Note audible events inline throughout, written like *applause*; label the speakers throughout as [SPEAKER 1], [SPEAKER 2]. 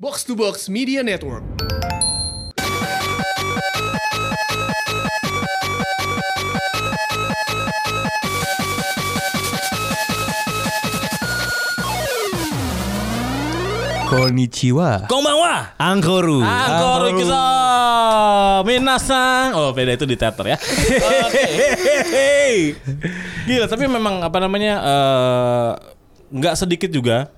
[SPEAKER 1] Box to Box Media Network.
[SPEAKER 2] Konnichiwa.
[SPEAKER 3] Konbanwa
[SPEAKER 2] Angkoru.
[SPEAKER 3] Iya. Angkor Ikisa Minasang Oh beda itu di teater ya Oke. Gila tapi memang apa namanya eh, nggak sedikit juga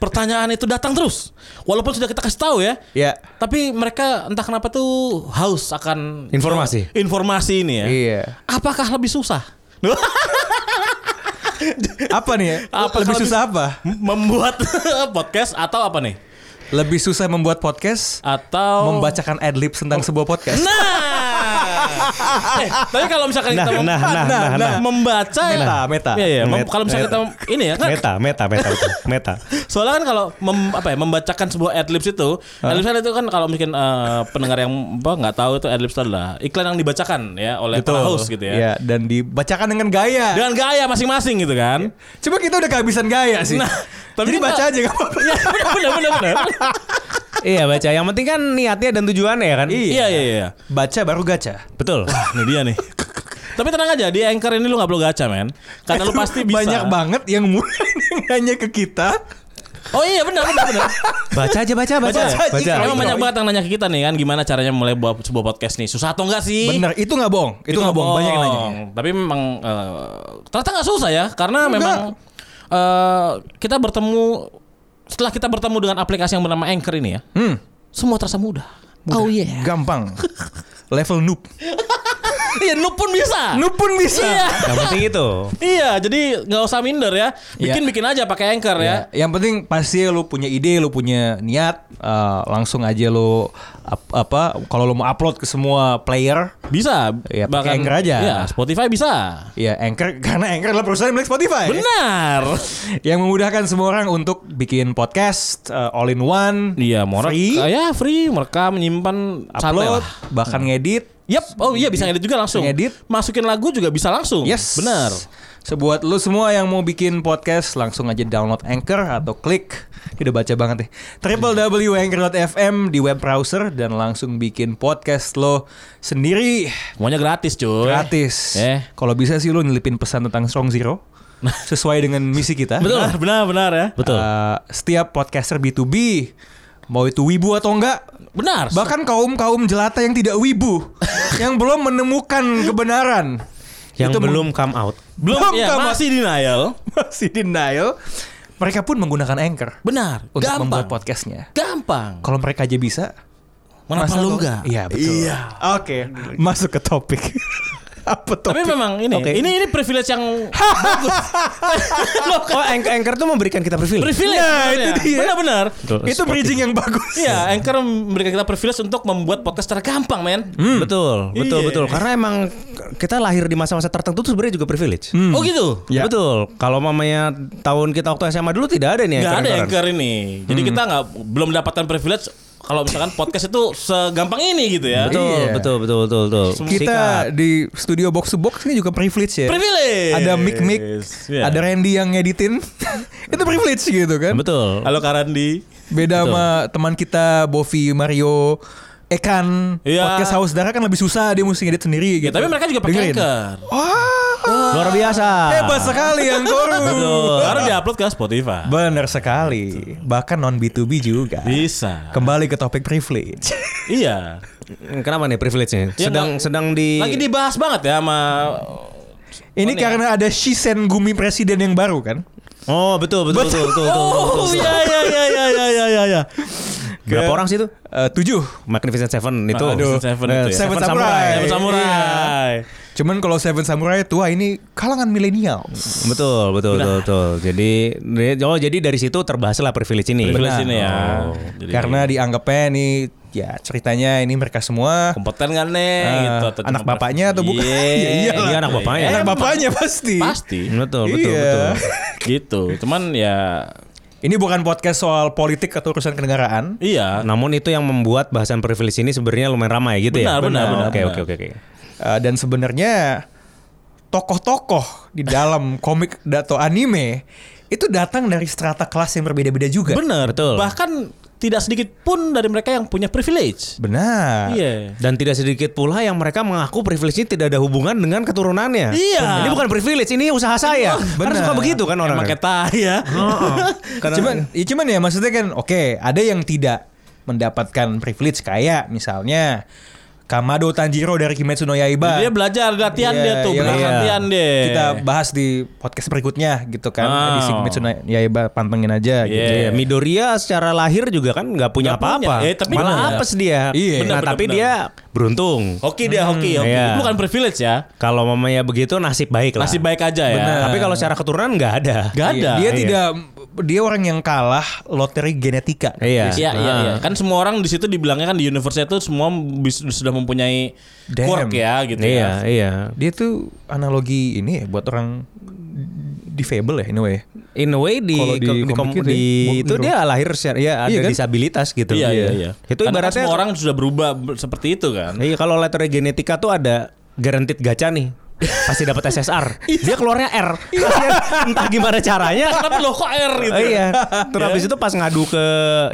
[SPEAKER 3] Pertanyaan itu datang terus Walaupun sudah kita kasih tahu ya
[SPEAKER 2] Ya.
[SPEAKER 3] Tapi mereka entah kenapa tuh haus akan
[SPEAKER 2] Informasi.
[SPEAKER 3] Informasi ini ya
[SPEAKER 4] Eh?
[SPEAKER 2] Iya.
[SPEAKER 3] Apakah lebih susah?
[SPEAKER 2] Apa nih ya?
[SPEAKER 3] Apa
[SPEAKER 2] Lebih
[SPEAKER 3] kalau
[SPEAKER 2] susah
[SPEAKER 3] bisa-
[SPEAKER 2] apa?
[SPEAKER 3] Membuat *laughs* podcast atau apa nih?
[SPEAKER 2] Lebih susah membuat podcast
[SPEAKER 3] Atau
[SPEAKER 2] membacakan adlib
[SPEAKER 3] Oh.
[SPEAKER 2] tentang sebuah podcast.
[SPEAKER 3] Nah, eh, tapi kalau misalkan
[SPEAKER 4] Nah,
[SPEAKER 3] kita mem-
[SPEAKER 4] nah, nah, nah, nah.
[SPEAKER 3] membaca ya-
[SPEAKER 4] Meta, meta.
[SPEAKER 3] Iya, iya. Mem-
[SPEAKER 4] Meta.
[SPEAKER 3] Kalau misalkan kita ini ya, kan,
[SPEAKER 4] Meta, meta, meta, meta.
[SPEAKER 3] *laughs*
[SPEAKER 4] meta.
[SPEAKER 3] soalnya kan kalau mem- apa ya, membacakan sebuah adlibs itu, adlibs itu kan kalau mungkin eh, pendengar yang apa nggak tahu itu adlibs itu adalah iklan yang dibacakan ya oleh para host gitu ya.
[SPEAKER 2] Iya, dan dibacakan dengan gaya.
[SPEAKER 3] Dengan gaya masing-masing gitu kan.
[SPEAKER 2] Cuma kita udah kehabisan gaya sih.
[SPEAKER 3] Nah,
[SPEAKER 2] Jadi
[SPEAKER 3] tapi kita-
[SPEAKER 2] baca aja gak apa-apa.
[SPEAKER 3] Iya, benar benar benar.
[SPEAKER 4] iya baca. Yang penting kan niatnya dan tujuannya ya kan.
[SPEAKER 3] Iya, iya, iya.
[SPEAKER 2] Baca baru gacha.
[SPEAKER 4] Betul.
[SPEAKER 3] Ini dia nih. Tapi tenang aja, di anchor ini lu gak perlu gacha, men. Karena lu pasti bisa.
[SPEAKER 2] Banyak banget yang mulai *laughs* nanya ke kita.
[SPEAKER 3] Oh iya, benar benar benar.
[SPEAKER 4] Baca aja, baca, baca.
[SPEAKER 3] Baca, ya?
[SPEAKER 2] Baca.
[SPEAKER 4] baca.
[SPEAKER 3] Emang
[SPEAKER 2] Iya.
[SPEAKER 3] banyak banget yang nanya ke kita nih kan gimana caranya mulai buat sebuah podcast nih. Susah atau enggak sih? Gitu,
[SPEAKER 2] Bener, itu nggak bohong. Itu, nggak bohong. Banyak yang nanya.
[SPEAKER 3] Tapi memang eh, ternyata nggak susah ya karena memang eh, kita bertemu setelah kita bertemu dengan aplikasi yang bernama Anchor ini ya.
[SPEAKER 2] Hmm,
[SPEAKER 3] Semua terasa mudah. Oh iya.
[SPEAKER 2] *laughs* gampang. Level noob.
[SPEAKER 3] *laughs* Iya, noob pun bisa.
[SPEAKER 2] Noob pun bisa.
[SPEAKER 3] Iya.
[SPEAKER 4] Yang penting itu.
[SPEAKER 3] Iya, jadi nggak usah minder ya.
[SPEAKER 2] Iya.
[SPEAKER 3] Bikin-bikin aja pakai Anchor ya.
[SPEAKER 2] Ya, yang penting pasti lu punya ide, lu punya niat, eh, langsung aja lu ap- apa kalau lu mau upload ke semua player,
[SPEAKER 3] Bisa.
[SPEAKER 2] Iya, pakai Anchor aja.
[SPEAKER 3] Iya, Spotify bisa.
[SPEAKER 2] ya Anchor *laughs* karena Anchor adalah perusahaan milik Spotify.
[SPEAKER 3] Benar.
[SPEAKER 2] Yang memudahkan semua orang untuk bikin podcast eh, all in one.
[SPEAKER 3] Iya, mau
[SPEAKER 2] Free.
[SPEAKER 3] rek- ya free, mereka menyimpan
[SPEAKER 2] Upload,
[SPEAKER 3] upload.
[SPEAKER 2] bahkan ngedit.
[SPEAKER 3] Yep. Oh iya bisa ngedit juga langsung.
[SPEAKER 2] Ngedit.
[SPEAKER 3] Masukin lagu juga bisa langsung.
[SPEAKER 2] Yes.
[SPEAKER 3] Benar.
[SPEAKER 2] So buat lu semua yang mau bikin podcast langsung aja download Anchor atau klik Ini udah baca banget nih. www.anchor.fm di web browser dan langsung bikin podcast lo sendiri
[SPEAKER 3] Semuanya gratis, cuy.
[SPEAKER 2] gratis.
[SPEAKER 3] Eh.
[SPEAKER 2] Kalau bisa sih lu nyelipin pesan tentang Strong Zero sesuai dengan misi kita.
[SPEAKER 3] *laughs*
[SPEAKER 2] Nah,
[SPEAKER 3] Betul, benar benar ya.
[SPEAKER 4] Betul.
[SPEAKER 2] Eh, setiap podcaster B2B mau itu wibu atau enggak
[SPEAKER 3] Benar.
[SPEAKER 2] Bahkan kaum-kaum jelata yang tidak wibu Yang belum menemukan kebenaran
[SPEAKER 4] Yang
[SPEAKER 2] Itu
[SPEAKER 4] belum come out.
[SPEAKER 3] belum
[SPEAKER 2] Belum
[SPEAKER 3] ya,
[SPEAKER 2] kamu-
[SPEAKER 3] masih denial.
[SPEAKER 2] masih denial Mereka pun menggunakan anchor
[SPEAKER 3] Benar.
[SPEAKER 2] Untuk
[SPEAKER 3] gampang.
[SPEAKER 2] membuat podcastnya
[SPEAKER 3] Gampang.
[SPEAKER 2] Kalau mereka aja bisa
[SPEAKER 3] Kenapa
[SPEAKER 2] masa
[SPEAKER 3] lu
[SPEAKER 2] kalau-
[SPEAKER 3] enggak?
[SPEAKER 2] Iya betul
[SPEAKER 3] Iya.
[SPEAKER 2] Oke Masuk ke topik *laughs* Apa
[SPEAKER 3] Tapi
[SPEAKER 2] topik?
[SPEAKER 3] memang ini,
[SPEAKER 2] Oke. *laughs*
[SPEAKER 3] ini ini privilege yang
[SPEAKER 4] Oh, anchor, anchor tuh memberikan kita privilege.
[SPEAKER 3] privilege.
[SPEAKER 2] Nah, itu dia.
[SPEAKER 3] Benar-benar.
[SPEAKER 2] Itu bridging yang bagus
[SPEAKER 3] Iya, Anchor memberikan kita privilege untuk membuat podcast secara gampang, men.
[SPEAKER 4] Betul, betul,
[SPEAKER 3] Iya.
[SPEAKER 4] betul. Karena emang kita lahir di masa-masa tertentu tuh sebenarnya juga privilege.
[SPEAKER 2] Hmm.
[SPEAKER 3] Oh gitu.
[SPEAKER 4] Ya. Betul. Kalau mamanya tahun kita waktu SMA dulu tidak ada
[SPEAKER 2] Iya,
[SPEAKER 4] nih
[SPEAKER 3] Nggak ada
[SPEAKER 4] anchor-anchoran.
[SPEAKER 3] anchor ini. Jadi
[SPEAKER 2] Hmm.
[SPEAKER 3] kita nggak belum mendapatkan privilege kalau misalkan podcast itu segampang ini gitu ya.
[SPEAKER 4] Betul,
[SPEAKER 2] Iya.
[SPEAKER 4] betul, betul, betul, betul.
[SPEAKER 2] Kita di studio box to box ini juga privilege ya
[SPEAKER 3] Privilege.
[SPEAKER 2] Ada mic-mic
[SPEAKER 3] Iya.
[SPEAKER 2] Ada Randy yang ngeditin *laughs* Itu privilege gitu
[SPEAKER 4] Sikat.
[SPEAKER 2] kan
[SPEAKER 4] Betul.
[SPEAKER 3] Halo Karandi.
[SPEAKER 2] Beda sama teman kita Bovi Mario Ekan
[SPEAKER 3] Iya.
[SPEAKER 2] podcast haus darah kan lebih susah dia mesti ngedit sendiri
[SPEAKER 3] Ya,
[SPEAKER 2] gitu.
[SPEAKER 3] tapi mereka juga pakai
[SPEAKER 2] Dengerin. Oh. Ah.
[SPEAKER 3] anchor.
[SPEAKER 4] Luar biasa.
[SPEAKER 2] Hebat sekali yang koru.
[SPEAKER 3] *laughs* Betul. Baru Oh, diupload ke Spotify.
[SPEAKER 2] Bener sekali. Bahkan non B2B juga.
[SPEAKER 3] Bisa.
[SPEAKER 2] Kembali ke topik
[SPEAKER 3] *laughs*
[SPEAKER 2] privilege.
[SPEAKER 3] Iya.
[SPEAKER 4] Hmm, Kenapa nih privilege-nya?
[SPEAKER 3] Ya,
[SPEAKER 4] sedang
[SPEAKER 3] nggak-
[SPEAKER 4] sedang
[SPEAKER 2] Iya.
[SPEAKER 4] di
[SPEAKER 3] Lagi dibahas banget ya sama
[SPEAKER 2] Ini
[SPEAKER 3] Oh, nih.
[SPEAKER 2] karena ada Shisen Gumi presiden yang baru kan?
[SPEAKER 4] Oh, betul, betul, betul, betul, betul, betul,
[SPEAKER 3] Oh
[SPEAKER 4] betul.
[SPEAKER 3] iya iya iya iya iya iya iya. Ya.
[SPEAKER 4] Berapa orang sih itu?
[SPEAKER 2] Eh, tujuh.
[SPEAKER 4] Magnificent Seven itu.
[SPEAKER 3] Aduh, Seven itu ya.
[SPEAKER 2] Seven
[SPEAKER 4] Seven
[SPEAKER 2] Samurai.
[SPEAKER 3] Sama
[SPEAKER 2] iya.
[SPEAKER 3] samurai.
[SPEAKER 2] Cuman kalau Seven Samurai tua ini kalangan milenial.
[SPEAKER 4] Betul, betul, betul, betul. Jadi oh jadi dari situ terbahaslah privilege ini.
[SPEAKER 3] Privilege ini ya.
[SPEAKER 4] Oh.
[SPEAKER 3] Jadi,
[SPEAKER 2] Karena dianggapnya ini ya ceritanya ini mereka semua
[SPEAKER 3] kompeten kan nih
[SPEAKER 2] Eh,
[SPEAKER 3] gitu, atau
[SPEAKER 2] anak
[SPEAKER 3] cuma-
[SPEAKER 2] bapaknya atau bukan?
[SPEAKER 3] Iya,
[SPEAKER 2] *laughs* Iya, iyalah.
[SPEAKER 4] Iya, anak bapaknya.
[SPEAKER 2] anak
[SPEAKER 3] Emang.
[SPEAKER 2] bapaknya pasti.
[SPEAKER 3] Pasti.
[SPEAKER 4] Betul, betul,
[SPEAKER 2] Iya.
[SPEAKER 4] betul.
[SPEAKER 3] gitu. Cuman ya
[SPEAKER 2] Ini bukan podcast soal politik atau urusan kenegaraan.
[SPEAKER 3] iya.
[SPEAKER 4] Ah, Namun itu yang membuat bahasan privilege ini sebenarnya lumayan ramai gitu
[SPEAKER 3] Benar,
[SPEAKER 4] ya.
[SPEAKER 3] benar,
[SPEAKER 4] Oh,
[SPEAKER 3] benar,
[SPEAKER 4] Oke,
[SPEAKER 3] benar.
[SPEAKER 4] oke, oke, oke.
[SPEAKER 2] Eh, dan sebenarnya tokoh-tokoh di
[SPEAKER 3] *laughs*
[SPEAKER 2] dalam komik atau anime itu datang dari strata kelas yang berbeda-beda juga.
[SPEAKER 3] Bener,
[SPEAKER 4] Betul.
[SPEAKER 3] Bahkan tidak sedikit pun dari mereka yang punya privilege.
[SPEAKER 2] Benar.
[SPEAKER 3] Iya.
[SPEAKER 4] Dan tidak sedikit pula yang mereka mengaku privilege ini tidak ada hubungan dengan keturunannya.
[SPEAKER 3] Iya.
[SPEAKER 4] Ini bukan privilege, ini usaha saya. Karena
[SPEAKER 2] benar.
[SPEAKER 4] suka begitu kan orang.
[SPEAKER 3] Emang kita ya.
[SPEAKER 4] Karena-
[SPEAKER 2] cuman, ya cuman ya maksudnya kan oke ada yang tidak mendapatkan privilege kayak misalnya Kamado Tanjiro dari Kimetsu no Yaiba.
[SPEAKER 3] *laughs* Dia belajar latihan
[SPEAKER 2] Iya,
[SPEAKER 3] dia tuh,
[SPEAKER 2] iya,
[SPEAKER 3] benar
[SPEAKER 2] iya.
[SPEAKER 3] latihan deh.
[SPEAKER 2] Kita bahas di podcast berikutnya gitu kan.
[SPEAKER 3] Wow.
[SPEAKER 2] Di Kimetsu no Yaiba pantengin aja gitu.
[SPEAKER 4] Iya, Midoriya secara lahir juga kan nggak punya
[SPEAKER 3] Nggak punya.
[SPEAKER 4] apa-apa.
[SPEAKER 3] Eh, tapi
[SPEAKER 4] Malah
[SPEAKER 3] benar.
[SPEAKER 4] apes dia.
[SPEAKER 2] Iya.
[SPEAKER 4] Nah,
[SPEAKER 3] Benar, benar,
[SPEAKER 4] tapi
[SPEAKER 3] benar.
[SPEAKER 4] dia beruntung.
[SPEAKER 3] Hoki dia hoki, hoki.
[SPEAKER 4] iya.
[SPEAKER 3] Itu bukan privilege ya.
[SPEAKER 4] Kalau mamanya begitu nasib baik lah.
[SPEAKER 3] Nasib baik aja ya.
[SPEAKER 2] Benar.
[SPEAKER 4] Tapi kalau secara keturunan nggak ada.
[SPEAKER 3] Nggak ada.
[SPEAKER 2] Dia
[SPEAKER 4] Iya.
[SPEAKER 2] tidak dia orang yang kalah loteri genetika.
[SPEAKER 4] Iya.
[SPEAKER 3] Iya, iya,
[SPEAKER 4] Nah.
[SPEAKER 3] iya. Kan semua orang di situ dibilangnya kan di universe itu semua bis- sudah mempunyai
[SPEAKER 2] Damn.
[SPEAKER 3] quirk ya gitu
[SPEAKER 4] Iya,
[SPEAKER 3] ya.
[SPEAKER 4] iya.
[SPEAKER 2] Dia tuh analogi ini ya buat orang disable ya anyway.
[SPEAKER 4] In a way di
[SPEAKER 2] Kalau di
[SPEAKER 4] di,
[SPEAKER 2] komik
[SPEAKER 4] kom-
[SPEAKER 2] itu
[SPEAKER 4] di-
[SPEAKER 2] ya.
[SPEAKER 4] itu dia lahir secara ya ada
[SPEAKER 2] Iya kan?
[SPEAKER 4] disabilitas gitu.
[SPEAKER 3] Iya, iya, iya.
[SPEAKER 4] Itu
[SPEAKER 3] Karena kan
[SPEAKER 4] ibaratnya
[SPEAKER 3] semua orang sudah berubah ber- seperti itu kan.
[SPEAKER 4] Iya kalau letter genetika tuh ada guaranteed gacha nih. Pasti dapat
[SPEAKER 3] *laughs*
[SPEAKER 4] SSR.
[SPEAKER 3] Iya.
[SPEAKER 4] Dia keluarnya R. Entah gimana caranya.
[SPEAKER 3] Tapi loh kok R gitu.
[SPEAKER 4] Oh, iya. Terus habis itu pas ngadu ke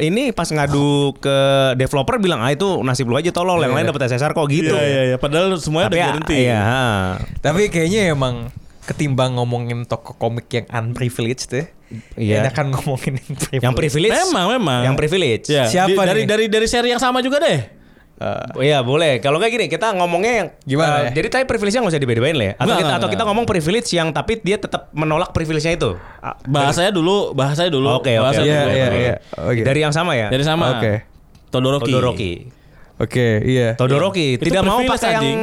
[SPEAKER 4] ini pas ngadu ke developer bilang ah itu nasib lu aja tolol yang lain dapat SSR kok *laughs* gitu.
[SPEAKER 3] Iya, iya, iya. Padahal semuanya ada
[SPEAKER 4] Tapi ya,
[SPEAKER 3] guarantee.
[SPEAKER 4] iya. ha.
[SPEAKER 2] Tapi kayaknya emang ketimbang ngomongin toko komik yang unprivileged deh.
[SPEAKER 4] Iya.
[SPEAKER 2] Enakan ngomongin yang privileged.
[SPEAKER 4] Yang privilege.
[SPEAKER 3] Memang, memang.
[SPEAKER 4] Yang privilege.
[SPEAKER 3] Iya,
[SPEAKER 2] Siapa
[SPEAKER 3] di-
[SPEAKER 2] nih?
[SPEAKER 3] dari dari dari seri yang sama juga deh.
[SPEAKER 4] Eh, iya boleh. Kalau kayak gini kita ngomongnya yang
[SPEAKER 2] Gimana
[SPEAKER 4] eh,
[SPEAKER 2] ya?
[SPEAKER 4] Jadi tapi privilege-nya nggak usah dibedain lah ya.
[SPEAKER 3] Nggak,
[SPEAKER 4] Atau kita
[SPEAKER 3] nggak,
[SPEAKER 4] atau
[SPEAKER 3] nggak.
[SPEAKER 4] kita ngomong privilege yang tapi dia tetap menolak privilege-nya itu. Ah,
[SPEAKER 3] Bahasanya dulu, bahasanya dulu.
[SPEAKER 4] Oke, oke,
[SPEAKER 3] bahasanya
[SPEAKER 4] oke.
[SPEAKER 2] Iya,
[SPEAKER 3] dulu.
[SPEAKER 2] iya, iya. Oke.
[SPEAKER 4] Dari yang sama
[SPEAKER 3] Eh,
[SPEAKER 4] ya.
[SPEAKER 3] Dari sama.
[SPEAKER 2] Oke.
[SPEAKER 3] Todoroki.
[SPEAKER 4] Todoroki.
[SPEAKER 2] Oke, iya.
[SPEAKER 4] Todoroki
[SPEAKER 3] Itu
[SPEAKER 4] tidak mau
[SPEAKER 3] privilege,
[SPEAKER 4] pakai yang
[SPEAKER 3] anjing.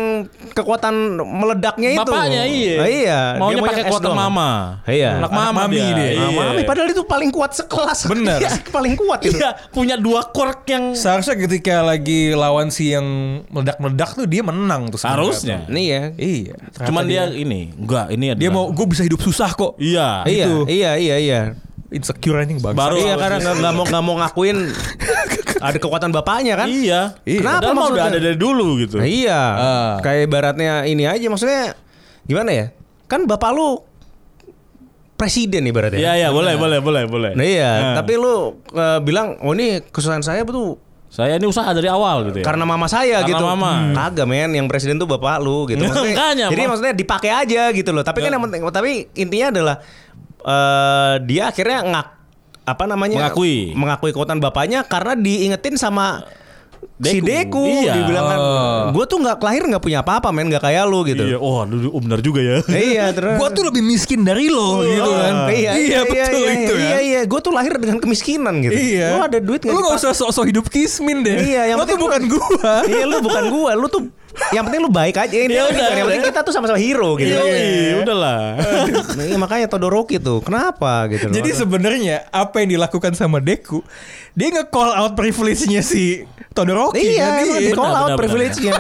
[SPEAKER 4] kekuatan meledaknya itu.
[SPEAKER 3] Bapaknya iya.
[SPEAKER 4] Ah, iya.
[SPEAKER 3] Maunya
[SPEAKER 4] Dia
[SPEAKER 3] pakai
[SPEAKER 4] es
[SPEAKER 3] kuota
[SPEAKER 4] doang.
[SPEAKER 3] mama.
[SPEAKER 4] Iya.
[SPEAKER 3] Anak
[SPEAKER 4] Anak
[SPEAKER 3] mama
[SPEAKER 2] mami
[SPEAKER 3] dia.
[SPEAKER 2] dia.
[SPEAKER 3] Iya.
[SPEAKER 4] Mama, mami,
[SPEAKER 3] *laughs*
[SPEAKER 4] padahal itu paling kuat sekelas.
[SPEAKER 2] Bener.
[SPEAKER 4] *laughs* Iya, paling kuat itu.
[SPEAKER 3] Iya, punya dua quirk yang
[SPEAKER 2] Seharusnya ketika lagi lawan si yang meledak-meledak tuh dia menang tuh sebenarnya.
[SPEAKER 3] Harusnya.
[SPEAKER 4] Nih ya.
[SPEAKER 2] Iya. Ternyata
[SPEAKER 3] Cuman dia, ini, enggak, ini
[SPEAKER 2] dia
[SPEAKER 3] adalah-
[SPEAKER 2] mau gue bisa hidup susah kok.
[SPEAKER 3] Iya.
[SPEAKER 4] Iya,
[SPEAKER 2] Gitu.
[SPEAKER 4] iya, iya, iya.
[SPEAKER 2] Insecure anjing bangsa.
[SPEAKER 3] Baru-
[SPEAKER 4] iya karena nggak nggak mau nggak mau
[SPEAKER 3] *laughs*
[SPEAKER 4] ngakuin ada kekuatan bapaknya kan?
[SPEAKER 3] Iya.
[SPEAKER 2] Iya.
[SPEAKER 3] Kenapa
[SPEAKER 4] Padahal mah
[SPEAKER 3] udah ada dari dulu gitu.
[SPEAKER 4] Nah, iya.
[SPEAKER 2] Ah.
[SPEAKER 4] Kayak ibaratnya ini aja maksudnya gimana ya? Kan bapak lu presiden ibaratnya.
[SPEAKER 3] Iya, iya, boleh, boleh, boleh, boleh.
[SPEAKER 4] Nah, iya,
[SPEAKER 3] Nah.
[SPEAKER 4] tapi lu eh, bilang oh ini kesusahan saya tuh
[SPEAKER 3] Saya ini usaha dari awal
[SPEAKER 2] Iya.
[SPEAKER 3] gitu ya.
[SPEAKER 4] karena mama saya
[SPEAKER 3] Karena
[SPEAKER 4] gitu.
[SPEAKER 3] mama.
[SPEAKER 4] Hmm. Kagak men, yang presiden tuh bapak lu gitu. Maksudnya,
[SPEAKER 3] Makanya,
[SPEAKER 4] jadi
[SPEAKER 3] Pak.
[SPEAKER 4] maksudnya dipakai aja gitu loh. Tapi kan yang penting tapi intinya adalah eh dia akhirnya ngak apa namanya?
[SPEAKER 3] Mengakui.
[SPEAKER 4] Mengakui kekuatan bapaknya karena diingetin sama si
[SPEAKER 3] Deku.
[SPEAKER 4] Deku
[SPEAKER 3] Iya.
[SPEAKER 4] dibilang kan
[SPEAKER 2] Oh.
[SPEAKER 4] gue tuh nggak lahir nggak punya apa-apa men nggak kayak lu gitu.
[SPEAKER 3] Iya, oh, aduh, oh, benar juga ya. *laughs*
[SPEAKER 4] Nah, *laughs* iya terus.
[SPEAKER 2] Gua tuh lebih miskin dari lo gitu kan.
[SPEAKER 4] Iya,
[SPEAKER 2] betul
[SPEAKER 4] iya,
[SPEAKER 2] itu
[SPEAKER 4] iya,
[SPEAKER 2] kan.
[SPEAKER 4] Iya, iya, gue tuh lahir dengan kemiskinan gitu.
[SPEAKER 2] Iya.
[SPEAKER 4] Lu ada duit nggak?
[SPEAKER 2] Lu nggak
[SPEAKER 4] dipakai?
[SPEAKER 2] usah sok-sok hidup kismin deh.
[SPEAKER 4] Iya, yang
[SPEAKER 2] lo tuh
[SPEAKER 4] penting-
[SPEAKER 2] bukan gua.
[SPEAKER 4] iya, lu bukan gua, lu tuh yang penting lu baik aja. Ini
[SPEAKER 3] Iya,
[SPEAKER 4] kan
[SPEAKER 3] udah,
[SPEAKER 4] yang penting
[SPEAKER 3] udah.
[SPEAKER 4] kita tuh sama-sama hero gitu.
[SPEAKER 3] Iya,
[SPEAKER 4] *laughs*
[SPEAKER 3] udahlah.
[SPEAKER 4] Nah, iya, makanya Todoroki tuh. Kenapa gitu loh.
[SPEAKER 2] Jadi sebenarnya apa yang dilakukan sama Deku, dia nge-call out privilege-nya si Todoroki.
[SPEAKER 4] Iya,
[SPEAKER 2] kan?
[SPEAKER 4] emang di
[SPEAKER 2] Iya.
[SPEAKER 4] call
[SPEAKER 3] Benar,
[SPEAKER 4] out
[SPEAKER 3] benar,
[SPEAKER 4] privilege-nya.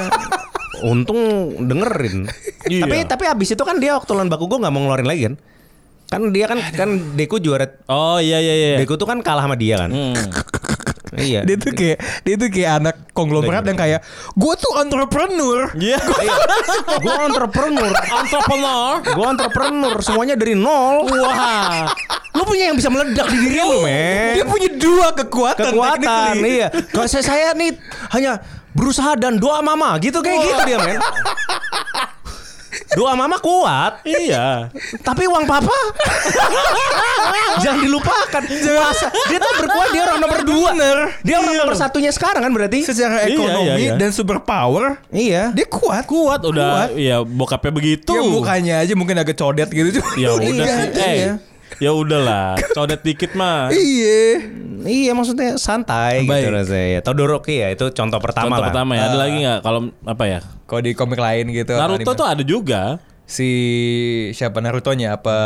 [SPEAKER 4] Untung dengerin.
[SPEAKER 3] Iya.
[SPEAKER 4] Tapi tapi abis itu kan dia waktu lawan Bakugo nggak mau ngeluarin lagi kan? Kan dia kan kan Deku juara
[SPEAKER 3] Oh, iya, iya, iya.
[SPEAKER 4] Deku tuh kan kalah sama dia kan.
[SPEAKER 3] Hmm.
[SPEAKER 4] Iya.
[SPEAKER 2] Dia tuh kayak dia tuh kayak anak konglomerat yang kayak gue tuh entrepreneur.
[SPEAKER 3] *laughs* Iya.
[SPEAKER 4] gue entrepreneur.
[SPEAKER 3] Entrepreneur.
[SPEAKER 4] Gue entrepreneur semuanya dari nol. Wah. Lu punya yang bisa meledak di diri
[SPEAKER 3] Eh.
[SPEAKER 4] lu, men.
[SPEAKER 2] Dia punya dua kekuatan.
[SPEAKER 4] Kekuatan,
[SPEAKER 2] technically.
[SPEAKER 4] iya. Kalau saya, saya nih hanya berusaha dan doa mama gitu kayak gitu dia, men. Doa mama kuat,
[SPEAKER 3] Iya.
[SPEAKER 4] tapi uang papa *laughs* jangan dilupakan. Masa- dia tuh berkuat dia orang nomor dua. Dia orang nomor satunya sekarang kan berarti.
[SPEAKER 2] Secara
[SPEAKER 3] Iya,
[SPEAKER 2] ekonomi
[SPEAKER 3] iya, iya.
[SPEAKER 2] dan super power,
[SPEAKER 4] Iya.
[SPEAKER 2] dia kuat.
[SPEAKER 3] Kuat udah, iya, bokapnya begitu.
[SPEAKER 2] Ya mukanya aja mungkin agak codet gitu. cuma
[SPEAKER 3] Ya udah
[SPEAKER 4] Iya,
[SPEAKER 3] sih. Eh,
[SPEAKER 4] iya.
[SPEAKER 3] ya udahlah. Codet dikit mah.
[SPEAKER 2] Iya.
[SPEAKER 4] Iya maksudnya santai gitu
[SPEAKER 2] Baik.
[SPEAKER 4] rasanya. Todoroki ya itu contoh pertama
[SPEAKER 3] Contoh
[SPEAKER 4] lah.
[SPEAKER 3] pertama ya. Ada lagi nggak kalau apa ya?
[SPEAKER 2] Kalau di komik lain gitu.
[SPEAKER 3] Naruto
[SPEAKER 2] anime.
[SPEAKER 3] tuh ada juga.
[SPEAKER 2] si siapa Naruto-nya apa?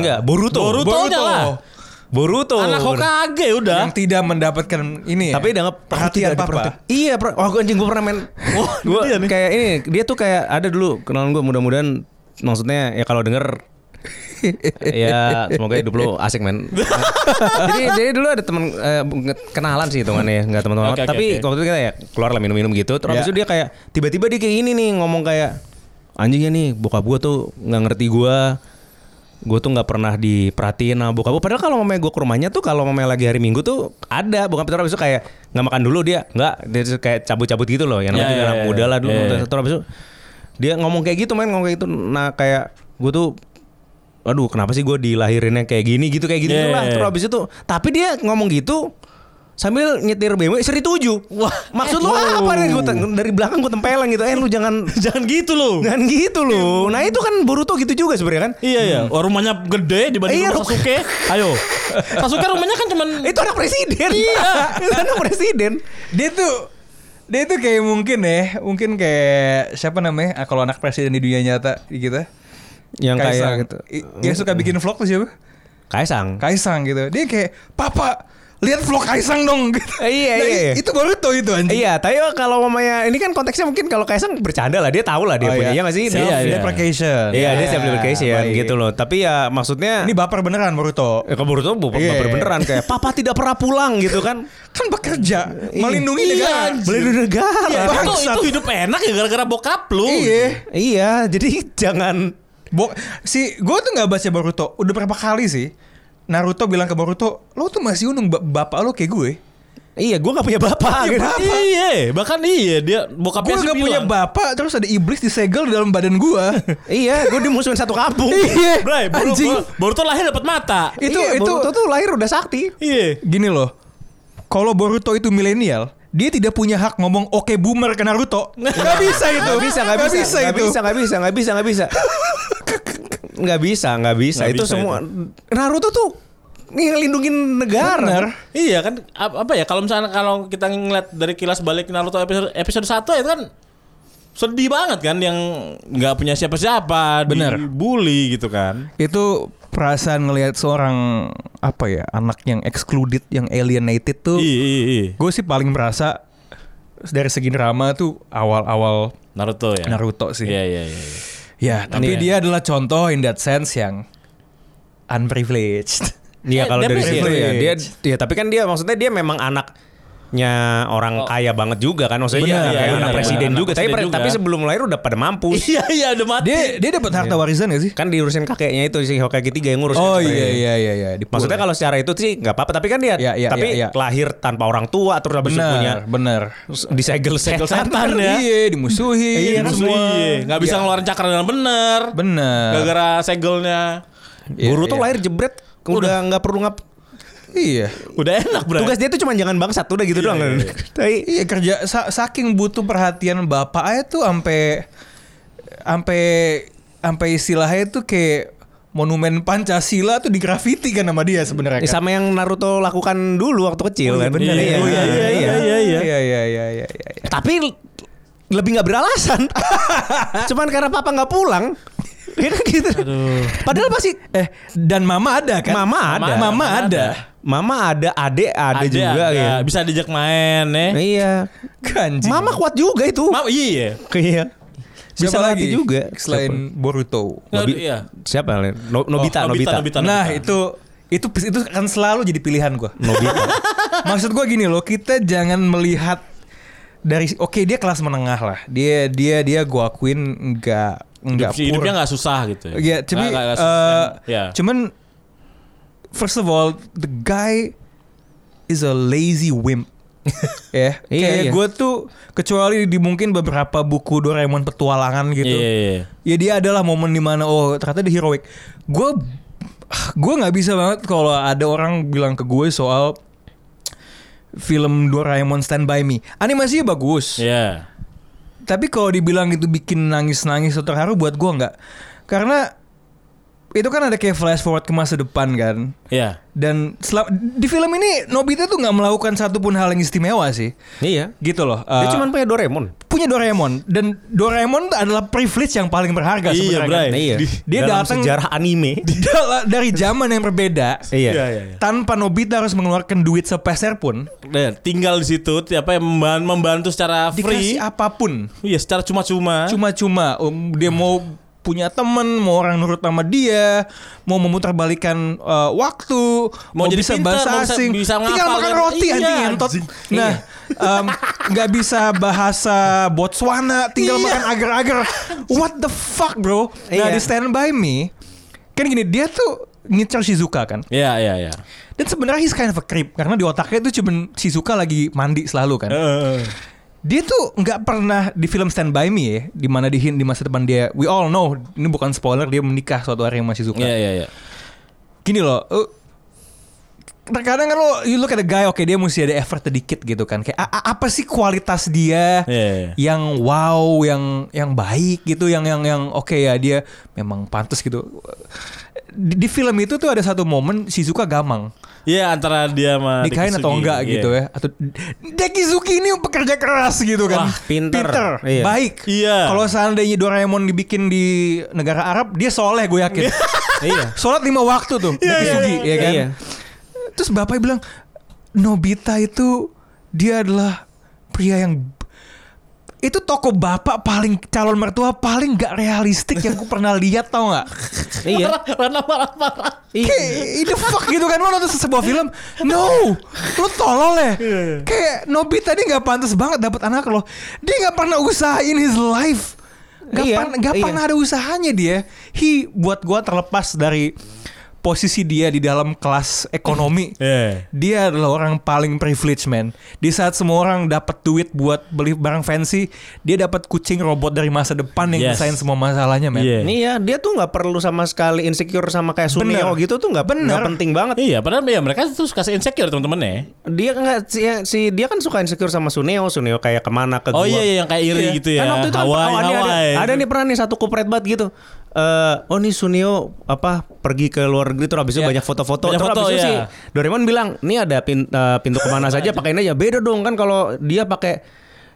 [SPEAKER 4] Enggak, Boruto.
[SPEAKER 3] Boruto. Borutonya lah.
[SPEAKER 4] Boruto.
[SPEAKER 3] Anak Hokage udah.
[SPEAKER 2] Yang tidak mendapatkan ini. ya?
[SPEAKER 4] Tapi udah nge-
[SPEAKER 2] perhatian
[SPEAKER 4] Iya. tidak diperhati-
[SPEAKER 2] papa.
[SPEAKER 4] Iya, per- oh, gua anjing gue *laughs* pernah main. Wah, iya gua kayak ini dia tuh kayak ada dulu kenalan gue mudah-mudahan maksudnya ya kalau denger ya semoga hidup lu asik men jadi jadi dulu ada teman eh, kenalan sih hitungannya ya nggak teman-teman
[SPEAKER 3] Oke,
[SPEAKER 4] amat.
[SPEAKER 3] oke,
[SPEAKER 4] tapi
[SPEAKER 3] oke.
[SPEAKER 4] waktu itu kita ya keluar lah minum-minum gitu terus habis itu dia kayak tiba-tiba dia kayak gini nih ngomong kayak anjingnya nih bokap gua tuh nggak ngerti gua gue tuh nggak pernah diperhatiin sama bokap gue. Padahal kalau mamanya gue ke rumahnya tuh kalau mamanya lagi hari Minggu tuh ada bokap Peter abis itu kayak nggak makan dulu dia nggak dia tuh kayak cabut-cabut gitu loh yang namanya
[SPEAKER 3] Ya,
[SPEAKER 4] juga
[SPEAKER 3] ya,
[SPEAKER 4] anak
[SPEAKER 3] ya,
[SPEAKER 4] muda
[SPEAKER 3] ya.
[SPEAKER 4] lah dulu
[SPEAKER 3] Ya, ya.
[SPEAKER 4] Terus abis itu dia ngomong kayak gitu main ngomong kayak gitu nah kayak gue tuh aduh kenapa sih gue dilahirinnya kayak gini gitu kayak gitu
[SPEAKER 3] Ya, ya,
[SPEAKER 4] lah
[SPEAKER 3] ya.
[SPEAKER 4] terus abis itu tapi dia ngomong gitu sambil nyetir BMW seri 7 wah maksud lu apa nih Gua te- dari belakang gue tempelan gitu eh lu
[SPEAKER 3] *laughs*
[SPEAKER 4] jangan
[SPEAKER 3] *laughs* Jangan gitu loh.
[SPEAKER 4] jangan gitu lu nah itu kan Boruto gitu juga sebenarnya kan
[SPEAKER 3] Iya ya,
[SPEAKER 2] Hmm.
[SPEAKER 3] Wah, rumahnya gede dibanding
[SPEAKER 4] Iya,
[SPEAKER 3] rumah
[SPEAKER 4] ru-
[SPEAKER 3] Sasuke. Ayo.
[SPEAKER 2] *laughs*
[SPEAKER 3] Sasuke rumahnya kan cuman
[SPEAKER 4] *laughs* itu anak presiden iya *laughs* itu anak presiden
[SPEAKER 2] Dia tuh dia tuh kayak mungkin ya, mungkin kayak siapa namanya? Ah, kalau anak presiden di dunia nyata gitu.
[SPEAKER 4] yang
[SPEAKER 2] Kaisang.
[SPEAKER 4] kayak gitu
[SPEAKER 2] I- Yang suka bikin vlog tuh siapa?
[SPEAKER 4] Kaisang
[SPEAKER 2] Kaisang gitu. Dia kayak, "Papa, lihat vlog Kaisang dong." *laughs* Gitu.
[SPEAKER 4] Eh, iya, iya,
[SPEAKER 2] i-
[SPEAKER 4] iya.
[SPEAKER 2] Itu baru tuh itu anjing.
[SPEAKER 4] Iya, tapi kalau mamanya ini kan konteksnya mungkin kalau Kaisang bercanda lah, dia tahu lah
[SPEAKER 2] Oh,
[SPEAKER 4] dia punya,
[SPEAKER 2] iya.
[SPEAKER 4] iya nggak sih?
[SPEAKER 2] Self
[SPEAKER 4] Iya, iya.
[SPEAKER 2] deprecation.
[SPEAKER 4] Iya, dia self deprecation
[SPEAKER 2] baik.
[SPEAKER 4] gitu loh. Tapi ya maksudnya
[SPEAKER 2] Ini baper beneran Boruto.
[SPEAKER 4] Ya, kalau Boruto baper
[SPEAKER 2] Iya.
[SPEAKER 4] beneran kayak papa tidak pernah pulang gitu kan.
[SPEAKER 2] Kan bekerja, melindungi
[SPEAKER 3] Iya,
[SPEAKER 2] negara.
[SPEAKER 3] anjing.
[SPEAKER 4] Melindungi negara.
[SPEAKER 3] Iya, itu,
[SPEAKER 2] Bangsat.
[SPEAKER 3] itu hidup enak ya gara-gara bokap lu.
[SPEAKER 2] Iya.
[SPEAKER 4] Iya, jadi jangan
[SPEAKER 2] Bo si gue tuh nggak baca Boruto udah berapa kali sih Naruto bilang ke Boruto lo tuh masih unung ba- bapak lo kayak gue
[SPEAKER 4] Iya, gue gak punya bapak. gitu.
[SPEAKER 3] Iya, bahkan iya dia
[SPEAKER 2] gue
[SPEAKER 3] bokapnya sih
[SPEAKER 2] nggak punya
[SPEAKER 3] bilang.
[SPEAKER 2] bapak terus ada iblis disegel di dalam badan gue
[SPEAKER 4] iya, gue dimusuhin satu kampung.
[SPEAKER 3] Bray,
[SPEAKER 2] Iya.
[SPEAKER 3] baru,
[SPEAKER 2] Anjing.
[SPEAKER 3] baru, baru tuh lahir dapat mata.
[SPEAKER 2] itu
[SPEAKER 4] Iya,
[SPEAKER 2] itu
[SPEAKER 4] Boruto tuh lahir udah sakti.
[SPEAKER 3] Iya.
[SPEAKER 2] *laughs* gini loh kalau Boruto itu milenial dia tidak punya hak ngomong oke boomer ke Naruto nggak bisa itu
[SPEAKER 4] Gak bisa, gak
[SPEAKER 2] itu
[SPEAKER 4] bisa, gak bisa, gak bisa, gak bisa, gak bisa. Gak bisa, gak bisa.
[SPEAKER 3] Nggak
[SPEAKER 4] Itu
[SPEAKER 3] bisa
[SPEAKER 4] semua Naruto tuh ngelindungin
[SPEAKER 2] Bener.
[SPEAKER 4] negara.
[SPEAKER 3] Iya kan ap- apa ya kalau misalnya kalau kita ngeliat dari kilas balik Naruto episode episode 1 itu kan sedih banget kan yang nggak punya siapa-siapa,
[SPEAKER 2] Bener.
[SPEAKER 3] dibully gitu kan.
[SPEAKER 2] itu perasaan ngelihat seorang apa ya anak yang excluded yang alienated tuh
[SPEAKER 3] Iya, iya, iya.
[SPEAKER 2] gue sih paling merasa dari segi drama tuh awal-awal
[SPEAKER 3] Naruto ya.
[SPEAKER 2] Naruto sih.
[SPEAKER 3] Iya, iya, iya.
[SPEAKER 2] Ya, tapi dia adalah contoh in that sense yang unprivileged.
[SPEAKER 4] Iya
[SPEAKER 3] Eh,
[SPEAKER 4] kalau
[SPEAKER 3] dia
[SPEAKER 4] dari situ
[SPEAKER 3] privilege.
[SPEAKER 4] ya dia ya tapi kan dia maksudnya dia memang anaknya orang kaya banget juga kan
[SPEAKER 3] Benar,
[SPEAKER 4] maksudnya dia
[SPEAKER 3] iya,
[SPEAKER 4] kayak
[SPEAKER 3] iya,
[SPEAKER 4] anak
[SPEAKER 3] iya,
[SPEAKER 4] presiden
[SPEAKER 3] anak
[SPEAKER 4] juga tapi
[SPEAKER 3] presiden
[SPEAKER 4] tapi
[SPEAKER 3] juga.
[SPEAKER 4] sebelum lahir udah pada mampus
[SPEAKER 3] *laughs* Iya, iya udah mati.
[SPEAKER 2] Dia dia dapat harta warisan gak sih?
[SPEAKER 4] kan diurusin kakeknya itu si Hokage ketiga yang ngurusin
[SPEAKER 2] Oh
[SPEAKER 4] sebenarnya.
[SPEAKER 2] iya iya iya iya. Dipul-
[SPEAKER 4] maksudnya kan kalau secara itu sih nggak apa-apa tapi kan dia
[SPEAKER 2] Iya, iya,
[SPEAKER 4] tapi
[SPEAKER 2] iya, iya.
[SPEAKER 4] lahir tanpa orang tua terus habis itu
[SPEAKER 2] benar
[SPEAKER 4] punya
[SPEAKER 2] benar.
[SPEAKER 4] disegel segel
[SPEAKER 3] setan
[SPEAKER 4] setan
[SPEAKER 3] ya.
[SPEAKER 2] Iya dimusuhi.
[SPEAKER 3] *laughs* Iya,
[SPEAKER 2] kan
[SPEAKER 3] kan semua. Nggak bisa ngeluarin cakra dengan bener.
[SPEAKER 2] Benar.
[SPEAKER 3] Gara-gara segelnya.
[SPEAKER 2] Iya,
[SPEAKER 4] guru tuh
[SPEAKER 2] iya.
[SPEAKER 4] lahir jebret udah nggak perlu ngap
[SPEAKER 2] Iya.
[SPEAKER 3] Udah enak berarti.
[SPEAKER 4] tugas dia tuh cuma jangan bangsat udah gitu doang kan *laughs* Tapi-
[SPEAKER 2] Iya kerja sa- saking butuh perhatian bapak aja tuh sampai sampai sampai istilahnya tuh kayak monumen Pancasila tuh di graffiti kan sama dia sebenarnya.
[SPEAKER 4] Eh,
[SPEAKER 2] kan?
[SPEAKER 4] sama yang Naruto lakukan dulu waktu kecil kan.
[SPEAKER 2] bener, iya.
[SPEAKER 4] iya,
[SPEAKER 3] Oh,
[SPEAKER 4] iya, iya, iya.
[SPEAKER 2] iya
[SPEAKER 3] iya.
[SPEAKER 2] iya iya iya iya. iya.
[SPEAKER 4] Tapi l- lebih nggak beralasan. *laughs* Cuman karena papa nggak pulang. *laughs* Iya kan gitu. Padahal pasti
[SPEAKER 2] Eh dan mama ada kan?
[SPEAKER 4] Mama ada.
[SPEAKER 2] Mama ada.
[SPEAKER 4] mama ada, adik
[SPEAKER 3] Ada,
[SPEAKER 4] ada, juga
[SPEAKER 3] ada.
[SPEAKER 4] ya.
[SPEAKER 3] Bisa diajak main ya.
[SPEAKER 4] Iya.
[SPEAKER 2] Kanji.
[SPEAKER 4] Mama kuat juga itu.
[SPEAKER 3] Mau iya.
[SPEAKER 4] Iya. Bisa lagi juga
[SPEAKER 2] selain Boruto.
[SPEAKER 4] Siapa? Nobi-
[SPEAKER 3] Iya.
[SPEAKER 4] siapa? No- Nobita,
[SPEAKER 3] Oh,
[SPEAKER 4] Nobita, Nobita.
[SPEAKER 3] Nobita.
[SPEAKER 2] Nah, itu itu itu akan selalu jadi pilihan gua. Maksud gua gini loh, kita jangan melihat dari oke dia kelas menengah lah. Dia dia dia gua akuin enggak enggak
[SPEAKER 3] Hidup, hidupnya
[SPEAKER 2] poor.
[SPEAKER 3] nggak susah gitu.
[SPEAKER 2] Ya, tapi
[SPEAKER 3] Nggak- nggak- nggak
[SPEAKER 2] eh,
[SPEAKER 3] susah. Ya.
[SPEAKER 2] cuman first of all, the guy is a lazy
[SPEAKER 4] *laughs*
[SPEAKER 2] wimp. ya,
[SPEAKER 4] Iya,
[SPEAKER 2] kayak
[SPEAKER 4] iya.
[SPEAKER 2] gue tuh kecuali di mungkin beberapa buku Doraemon petualangan gitu.
[SPEAKER 3] Iya, iya, iya.
[SPEAKER 2] Ya dia adalah momen dimana oh ternyata dia heroic. Gue gue nggak bisa banget kalau ada orang bilang ke gue soal film Doraemon Stand By Me. Animasinya bagus.
[SPEAKER 3] Iya.
[SPEAKER 2] Tapi kalau dibilang itu bikin nangis-nangis atau terharu buat gua nggak. Karena itu kan ada kayak flash forward ke masa depan kan.
[SPEAKER 3] Iya.
[SPEAKER 2] Dan selam- di film ini Nobita tuh nggak melakukan satupun hal yang istimewa sih.
[SPEAKER 4] *laughs* Iya.
[SPEAKER 2] Gitu loh. Eh,
[SPEAKER 4] Dia cuman punya Doraemon.
[SPEAKER 2] punya Doraemon dan Doraemon tuh adalah privilege yang paling berharga
[SPEAKER 3] Iya,
[SPEAKER 2] sebenarnya. kan.
[SPEAKER 3] Bray.
[SPEAKER 4] Iya.
[SPEAKER 2] Dia
[SPEAKER 4] Dalam
[SPEAKER 2] datang
[SPEAKER 4] sejarah anime.
[SPEAKER 2] Dala- dari zaman yang berbeda.
[SPEAKER 4] Iya.
[SPEAKER 3] Iya, iya, iya.
[SPEAKER 2] Tanpa Nobita harus mengeluarkan duit sepeser pun,
[SPEAKER 3] Nah, tinggal di situ apa yang membantu, membantu secara free.
[SPEAKER 2] dikasih apapun.
[SPEAKER 3] Iya, secara cuma-cuma.
[SPEAKER 2] cuma-cuma um, dia mau punya temen mau orang nurut sama dia mau memutarbalikan uh, waktu
[SPEAKER 3] Mau jadi
[SPEAKER 2] bisa
[SPEAKER 3] pintar,
[SPEAKER 2] bahasa
[SPEAKER 3] mau bisa-
[SPEAKER 2] asing
[SPEAKER 3] bisa
[SPEAKER 2] tinggal
[SPEAKER 3] ngapal
[SPEAKER 2] makan
[SPEAKER 3] kan?
[SPEAKER 2] roti
[SPEAKER 3] Iya,
[SPEAKER 2] anjing entot
[SPEAKER 3] anjing. Iya.
[SPEAKER 2] nah um, nggak bisa bahasa
[SPEAKER 3] Iya.
[SPEAKER 2] Botswana tinggal makan agar-agar what the fuck bro nah
[SPEAKER 4] Iya.
[SPEAKER 2] di stand by me Kan gini, dia tuh ngincar Shizuka kan.
[SPEAKER 3] Iya, iya, iya.
[SPEAKER 2] Dan sebenarnya he's kind of a creep karena di otaknya tuh cuman Shizuka lagi mandi selalu kan.
[SPEAKER 3] Eh,
[SPEAKER 2] Dia tuh nggak pernah di film Stand By Me ya, di mana dihin di masa depan dia. We all know, ini bukan spoiler, dia menikah suatu hari sama Shizuka.
[SPEAKER 3] Iya, iya, iya.
[SPEAKER 2] Gini loh, eh, terkadang kan lo you look at the guy, oke dia mesti ada effort sedikit gitu kan. Kayak a- a- apa sih kualitas dia?
[SPEAKER 3] Iya, iya.
[SPEAKER 2] yang wow, yang yang baik gitu, yang yang yang oke ya dia memang pantas gitu. Di, di film itu tuh ada satu momen Shizuka gamang,
[SPEAKER 3] Iya, antara dia sama
[SPEAKER 4] Nah,
[SPEAKER 2] nikahin
[SPEAKER 3] Dikisugi.
[SPEAKER 2] atau enggak
[SPEAKER 3] Iya.
[SPEAKER 2] gitu ya. Atau Dekizuki ini pekerja keras gitu kan.
[SPEAKER 4] Wah, pinter. Iya.
[SPEAKER 2] baik.
[SPEAKER 3] Iya.
[SPEAKER 2] Kalau seandainya Doraemon dibikin di negara Arab, dia soleh gue yakin.
[SPEAKER 4] Iya.
[SPEAKER 2] *laughs* Sholat lima waktu tuh Dekizuki ya kan.
[SPEAKER 4] Iya.
[SPEAKER 2] Terus bapaknya bilang Nobita itu dia adalah pria yang itu toko bapak paling calon mertua paling gak realistik yang gue pernah lihat tau gak?
[SPEAKER 4] Iya.
[SPEAKER 3] Warna marah-marah.
[SPEAKER 2] Kayak ini fuck gitu kan lo nonton sebuah film no lo tolol
[SPEAKER 3] Iya,
[SPEAKER 2] ya kayak Nobita dia nggak pantas banget dapat anak lo dia nggak pernah usahain his life nggak
[SPEAKER 4] Iya,
[SPEAKER 2] pan- nggak
[SPEAKER 4] iya.
[SPEAKER 2] pernah ada usahanya dia he buat gua terlepas dari posisi dia di dalam kelas ekonomi
[SPEAKER 3] Iya.
[SPEAKER 2] dia adalah orang paling privilege man di saat semua orang dapat duit buat beli barang fancy dia dapat kucing robot dari masa depan yang
[SPEAKER 3] Yes.
[SPEAKER 2] nyelesain semua masalahnya man
[SPEAKER 3] Iya.
[SPEAKER 4] Nih ya, dia tuh nggak perlu sama sekali insecure sama kayak
[SPEAKER 2] Bener.
[SPEAKER 4] Suneo gitu tuh nggak
[SPEAKER 2] Bener.
[SPEAKER 4] nggak penting banget.
[SPEAKER 3] Iya, padahal ya mereka terus kasih insecure teman-teman ya.
[SPEAKER 4] Dia nggak si, si dia kan suka insecure sama Suneo, Suneo kayak kemana ke
[SPEAKER 3] Oh
[SPEAKER 4] gua.
[SPEAKER 3] iya, iya, yang kayak iri gitu ya.
[SPEAKER 4] Kan waktu itu
[SPEAKER 3] Hawaii,
[SPEAKER 4] ada, ada,
[SPEAKER 3] Hawaii.
[SPEAKER 4] ada nih pernah nih satu kupret banget gitu. Eh, oh nih Sunio apa pergi ke luar negeri terus habis itu
[SPEAKER 3] Iya.
[SPEAKER 4] banyak foto-foto
[SPEAKER 3] Banyak
[SPEAKER 4] terus
[SPEAKER 3] foto,
[SPEAKER 4] habis itu
[SPEAKER 3] iya.
[SPEAKER 4] si Doraemon bilang, "Nih ada pin- eh, pintu kemana
[SPEAKER 3] *laughs*
[SPEAKER 4] saja pakai ini aja." Beda dong kan kalau dia pakai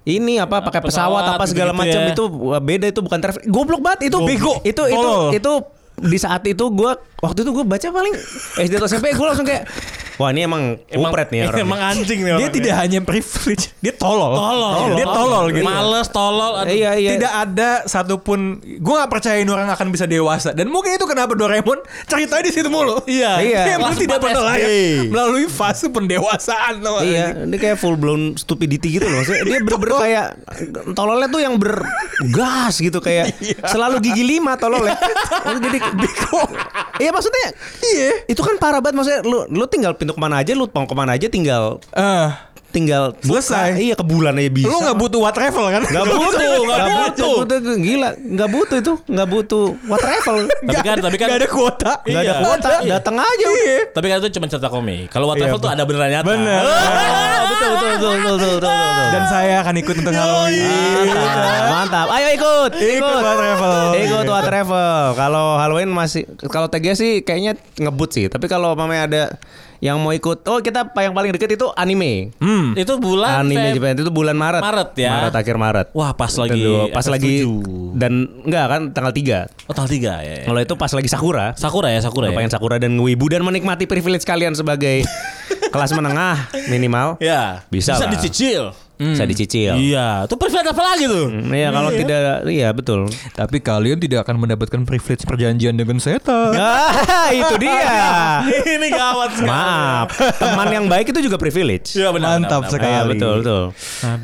[SPEAKER 4] ini apa pakai pesawat,
[SPEAKER 3] Nah, pesawat,
[SPEAKER 4] apa segala
[SPEAKER 3] gitu-gitu
[SPEAKER 4] macam
[SPEAKER 3] ya.
[SPEAKER 4] itu wah, beda itu bukan travel. Goblok banget itu
[SPEAKER 2] Bego.
[SPEAKER 4] Itu itu
[SPEAKER 2] Tolol.
[SPEAKER 4] itu di saat itu gue waktu itu gue baca paling eh, SD atau SMP gue langsung kayak wah ini emang
[SPEAKER 3] Emang-
[SPEAKER 4] kupret nih orangnya.
[SPEAKER 3] *laughs* Emang anjing nih
[SPEAKER 2] dia
[SPEAKER 3] orangnya.
[SPEAKER 2] tidak hanya privilege dia tolol
[SPEAKER 3] tolol.
[SPEAKER 2] dia tolol gitu
[SPEAKER 3] Males, tolol. aduh.
[SPEAKER 4] iya iya
[SPEAKER 2] Tidak ada satupun Gue gak percayain orang akan bisa dewasa Dan mungkin itu kenapa Doraemon Ceritanya di situ mulu
[SPEAKER 3] Iya.
[SPEAKER 4] Iya.
[SPEAKER 2] Dia emang
[SPEAKER 3] Kelas
[SPEAKER 2] tidak
[SPEAKER 3] empat
[SPEAKER 2] pernah
[SPEAKER 3] SD.
[SPEAKER 2] layak Melalui fase pendewasaan tau gak?
[SPEAKER 4] Iya, ini kayak full blown stupidity gitu loh. Maksudnya dia bener-bener kayak tololnya tuh yang bergas gitu kayak selalu gigi lima tololnya. Lalu Jadi beko. Iya maksudnya. Iya. Itu kan parah banget maksudnya lu lu tinggal pintu kemana aja, lu mau kemana aja tinggal
[SPEAKER 2] Eh,
[SPEAKER 4] tinggal buka.
[SPEAKER 2] Selesai.
[SPEAKER 4] Iya ke bulan aja bisa.
[SPEAKER 2] Lu gak butuh what travel kan
[SPEAKER 4] Nggak butuh,
[SPEAKER 3] nggak
[SPEAKER 4] nggak butuh.
[SPEAKER 3] butuh.
[SPEAKER 4] Gila, nggak butuh itu, nggak butuh what travel.
[SPEAKER 3] Tapi kan, tapi kan.
[SPEAKER 2] Gak ada kuota
[SPEAKER 4] Nggak ada
[SPEAKER 3] Iya.
[SPEAKER 4] kuota,
[SPEAKER 3] Iya.
[SPEAKER 4] datang aja. udah.
[SPEAKER 3] Tapi kan itu cuma cerita komik. Kalau
[SPEAKER 2] Iya,
[SPEAKER 3] What Travel tuh ada beneran nyata. Eh,
[SPEAKER 2] Bener.
[SPEAKER 4] Ah, Betul betul betul betul betul. betul, betul.
[SPEAKER 2] Dan saya akan ikut untuk Halloween
[SPEAKER 4] Mantap, mantap. Ayo ikut,
[SPEAKER 2] Iya. Ikut What Travel.
[SPEAKER 4] Ikut What Travel. Kalau Halloween masih kalau TG sih kayaknya ngebut sih, tapi kalau mamanya ada yang mau ikut, oh kita pa- yang paling deket itu anime.
[SPEAKER 2] Hmm
[SPEAKER 3] Itu bulan
[SPEAKER 4] Anime
[SPEAKER 3] Feb-
[SPEAKER 4] Jepang itu bulan Maret.
[SPEAKER 3] Maret ya.
[SPEAKER 4] Maret akhir Maret.
[SPEAKER 3] Wah, pas lagi
[SPEAKER 4] Aduh, pas
[SPEAKER 3] FF7.
[SPEAKER 4] lagi dan enggak kan tanggal 3.
[SPEAKER 3] Oh, tanggal 3 ya.
[SPEAKER 4] Kalau itu pas lagi Sakura.
[SPEAKER 3] Sakura ya, Sakura ya.
[SPEAKER 4] Pengen Sakura dan Wibu dan menikmati privilege
[SPEAKER 3] *laughs*
[SPEAKER 4] kalian sebagai kelas menengah minimal.
[SPEAKER 3] Ya.
[SPEAKER 4] Bisa
[SPEAKER 3] Bisa
[SPEAKER 4] lah.
[SPEAKER 3] dicicil.
[SPEAKER 4] Bisa dicicil.
[SPEAKER 3] Iya, tuh privilege apa lagi tuh?
[SPEAKER 4] Iya, kalau tidak iya betul.
[SPEAKER 2] Tapi kalian tidak akan mendapatkan privilege perjanjian dengan setan
[SPEAKER 4] Ah,
[SPEAKER 3] *laughs*
[SPEAKER 4] itu dia.
[SPEAKER 3] *laughs* Ini gawat sekali.
[SPEAKER 4] Maaf, teman yang baik itu juga privilege.
[SPEAKER 3] Iya, benar.
[SPEAKER 2] Mantap
[SPEAKER 3] benar, benar.
[SPEAKER 2] sekali.
[SPEAKER 4] Iya, betul, betul.